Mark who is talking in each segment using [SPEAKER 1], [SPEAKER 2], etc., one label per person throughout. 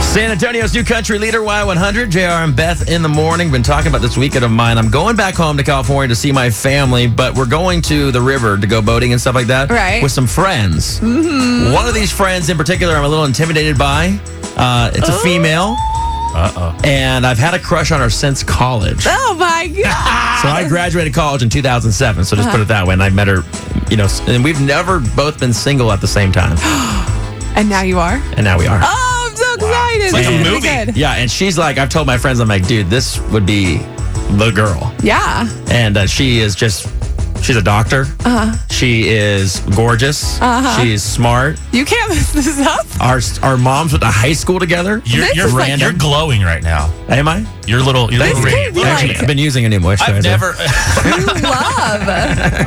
[SPEAKER 1] San Antonio's new country leader, Y100, JR and Beth in the morning. Been talking about this weekend of mine. I'm going back home to California to see my family, but we're going to the river to go boating and stuff like that
[SPEAKER 2] Right.
[SPEAKER 1] with some friends. Mm-hmm. One of these friends in particular, I'm a little intimidated by. Uh, it's a female. Uh oh. And I've had a crush on her since college. So
[SPEAKER 2] Oh my god.
[SPEAKER 1] I graduated college in 2007, so just put it that way. And I met her, you know, s- and we've never both been single at the same time.
[SPEAKER 2] and now you are.
[SPEAKER 1] And now we are.
[SPEAKER 2] Oh, I'm so excited.
[SPEAKER 1] It's like
[SPEAKER 2] This
[SPEAKER 1] a
[SPEAKER 2] is gonna be
[SPEAKER 3] movie.
[SPEAKER 2] good.
[SPEAKER 1] Yeah, and she's like, I've told my friends, I'm like, dude, this would be the girl.
[SPEAKER 2] Yeah.
[SPEAKER 1] And uh, she is just, she's a doctor. Uh-huh. She is gorgeous. Uh-huh. She's smart.
[SPEAKER 2] You can't mess this up.
[SPEAKER 1] Our our moms went to high school together.
[SPEAKER 3] You're,
[SPEAKER 2] This
[SPEAKER 3] you're,
[SPEAKER 2] is like-
[SPEAKER 3] you're glowing right now.
[SPEAKER 1] Am I?
[SPEAKER 3] Your little, your
[SPEAKER 2] This
[SPEAKER 3] little
[SPEAKER 2] could
[SPEAKER 3] radio.
[SPEAKER 2] be
[SPEAKER 1] Actually,
[SPEAKER 2] like-
[SPEAKER 1] I've been using a new moisturizer.
[SPEAKER 3] I've never.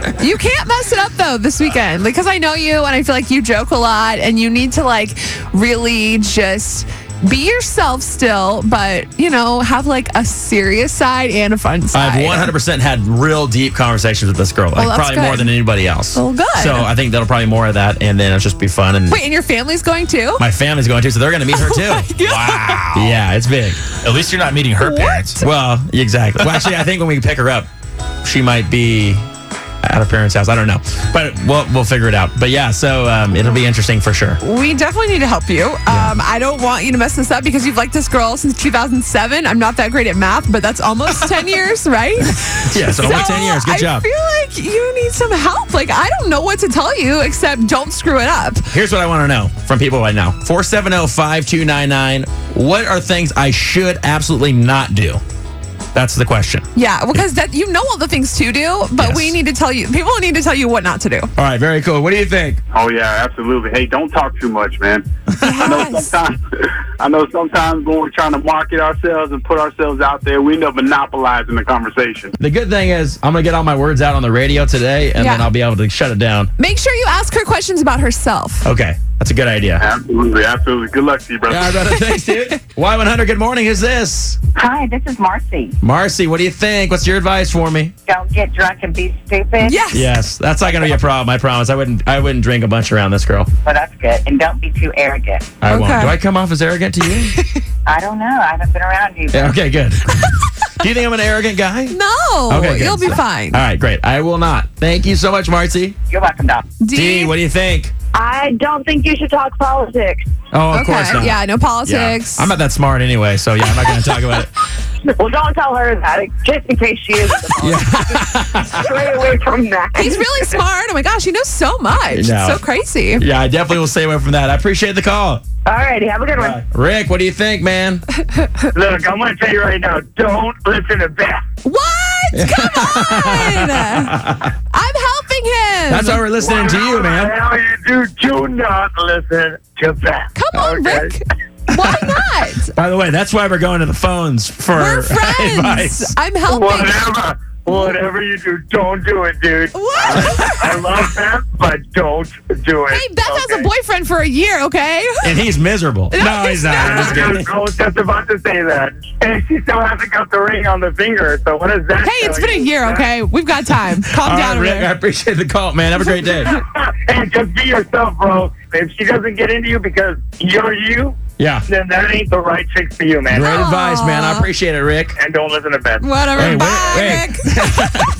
[SPEAKER 2] Love. you can't mess it up though this weekend because I know you and I feel like you joke a lot and you need to like really just be yourself still, but you know, have like a serious side and a fun side.
[SPEAKER 1] I've 100% had real deep conversations with this girl, like
[SPEAKER 2] that's
[SPEAKER 1] probably more
[SPEAKER 2] good.
[SPEAKER 1] than anybody else.
[SPEAKER 2] Well, good.
[SPEAKER 1] So I think that'll probably more of that, and then it'll just be fun. And
[SPEAKER 2] Wait, Oh and your family's going too?
[SPEAKER 1] my family's going to, so they're going to meet her too.
[SPEAKER 3] wow.
[SPEAKER 1] Yeah, it's big.
[SPEAKER 3] At least you're not meeting her parents.
[SPEAKER 1] Well, exactly. Well, actually, I think when we pick her up, she might be at her parents' house. I don't know, but we'll we'll figure it out. But yeah, so um, it'll be interesting for sure.
[SPEAKER 2] We definitely need to help you. Um, I don't want you to mess this up because you've liked this girl since 2007. I'm not that great at math, but that's almost 10 years, right?
[SPEAKER 1] Yeah, so, only
[SPEAKER 2] So,
[SPEAKER 1] ten years. Good
[SPEAKER 2] I
[SPEAKER 1] job.
[SPEAKER 2] feel like you need some help. Like, I don't know what to tell you except don't screw it up.
[SPEAKER 1] Here's what I want to know from people right now: four seven zero five two nine nine. What are things I should absolutely not do? That's the question.
[SPEAKER 2] Yeah, because that you know all the things to do, but
[SPEAKER 1] Yes.
[SPEAKER 2] we need to tell you, people need to tell you what not to do.
[SPEAKER 1] All right, very cool. What do you think?
[SPEAKER 4] Oh yeah, absolutely. Hey, don't talk too much, man. I know
[SPEAKER 2] Yes.
[SPEAKER 4] sometimes I know sometimes when we're trying to market ourselves and put ourselves out there, we end up monopolizing the conversation.
[SPEAKER 1] The good thing is I'm gonna get all my words out on the radio today, and then
[SPEAKER 2] Yeah.
[SPEAKER 1] I'll be able to shut it down.
[SPEAKER 2] Make sure you ask her questions about herself.
[SPEAKER 1] Okay, that's a good idea.
[SPEAKER 4] Absolutely, absolutely. Good luck to you, brother.
[SPEAKER 1] All right, brother. Thanks, dude. Y100. Good morning. Who's this?
[SPEAKER 5] Hi, this is Marcy.
[SPEAKER 1] Marcy, what do you think? What's your advice for me?
[SPEAKER 5] Don't get drunk and be stupid.
[SPEAKER 2] Yes.
[SPEAKER 1] Yes, that's not going to be a problem. I promise. I wouldn't. I wouldn't drink a bunch around this girl.
[SPEAKER 5] Well, that's good. And don't be too arrogant.
[SPEAKER 1] I
[SPEAKER 2] Okay.
[SPEAKER 1] won't. Do I come off as arrogant to you?
[SPEAKER 5] I don't know. I haven't been around you.
[SPEAKER 1] yeah, okay, good. do you think I'm an arrogant guy?
[SPEAKER 2] No,
[SPEAKER 1] Okay, good. Uh,
[SPEAKER 2] you'll be
[SPEAKER 1] So-
[SPEAKER 2] fine.
[SPEAKER 1] All right, great. I will not. Thank you so much, Marcy.
[SPEAKER 5] You're welcome, Doc.
[SPEAKER 1] D, what do you think?
[SPEAKER 6] I don't think you should talk politics.
[SPEAKER 1] Oh, of
[SPEAKER 2] okay.
[SPEAKER 1] course not.
[SPEAKER 2] Yeah, no
[SPEAKER 1] Yeah.
[SPEAKER 2] politics.
[SPEAKER 1] I'm not that smart anyway, so yeah, I'm not going to talk about it.
[SPEAKER 6] Well, don't tell her that, just in case she is. Stray away from that.
[SPEAKER 2] He's really smart. Oh my gosh, he knows so much. It's
[SPEAKER 1] No.
[SPEAKER 2] so crazy.
[SPEAKER 1] Yeah, I definitely will stay away from that. I appreciate the call.
[SPEAKER 6] All righty, have a good one.
[SPEAKER 1] Rick, what do you think, man?
[SPEAKER 4] Look, I'm gonna tell you right now, don't listen to Beth.
[SPEAKER 2] What? Come on! I'm helping him.
[SPEAKER 1] That's why we're listening to you, man.
[SPEAKER 4] How you do? Do not listen to Beth.
[SPEAKER 2] Come on, Rick. Why not?
[SPEAKER 1] By the way, that's why we're going to the phones for
[SPEAKER 2] We're friends.
[SPEAKER 1] advice.
[SPEAKER 2] I'm helping.
[SPEAKER 4] Whatever, whatever you do, don't do it, dude.
[SPEAKER 2] What?
[SPEAKER 4] I love Beth, but don't do it.
[SPEAKER 2] Hey, Beth has a
[SPEAKER 4] okay?
[SPEAKER 2] boyfriend for a year, okay?
[SPEAKER 1] And he's miserable.
[SPEAKER 2] No, he's
[SPEAKER 1] I'm just
[SPEAKER 4] I
[SPEAKER 1] kidding.
[SPEAKER 4] was- I was just about to say that. And she still hasn't got the ring on the finger, so what is that?
[SPEAKER 2] Hey, it's
[SPEAKER 4] tell
[SPEAKER 2] been a
[SPEAKER 4] you?
[SPEAKER 2] year, okay? We've got time.
[SPEAKER 1] All
[SPEAKER 2] Calm
[SPEAKER 1] right,
[SPEAKER 2] down over
[SPEAKER 1] Rick, I
[SPEAKER 2] there.
[SPEAKER 1] appreciate the call, man. Have a great day.
[SPEAKER 4] and just be yourself, bro. If she doesn't get into you because you're you,
[SPEAKER 1] Yeah.
[SPEAKER 4] then that ain't the right chick for you, man.
[SPEAKER 1] Great advice, man. I
[SPEAKER 2] Aw.
[SPEAKER 1] appreciate it, Rick.
[SPEAKER 4] And don't listen to Beth.
[SPEAKER 2] Whatever.
[SPEAKER 1] Hey, wait,
[SPEAKER 2] Bye,
[SPEAKER 1] wait.
[SPEAKER 2] Rick.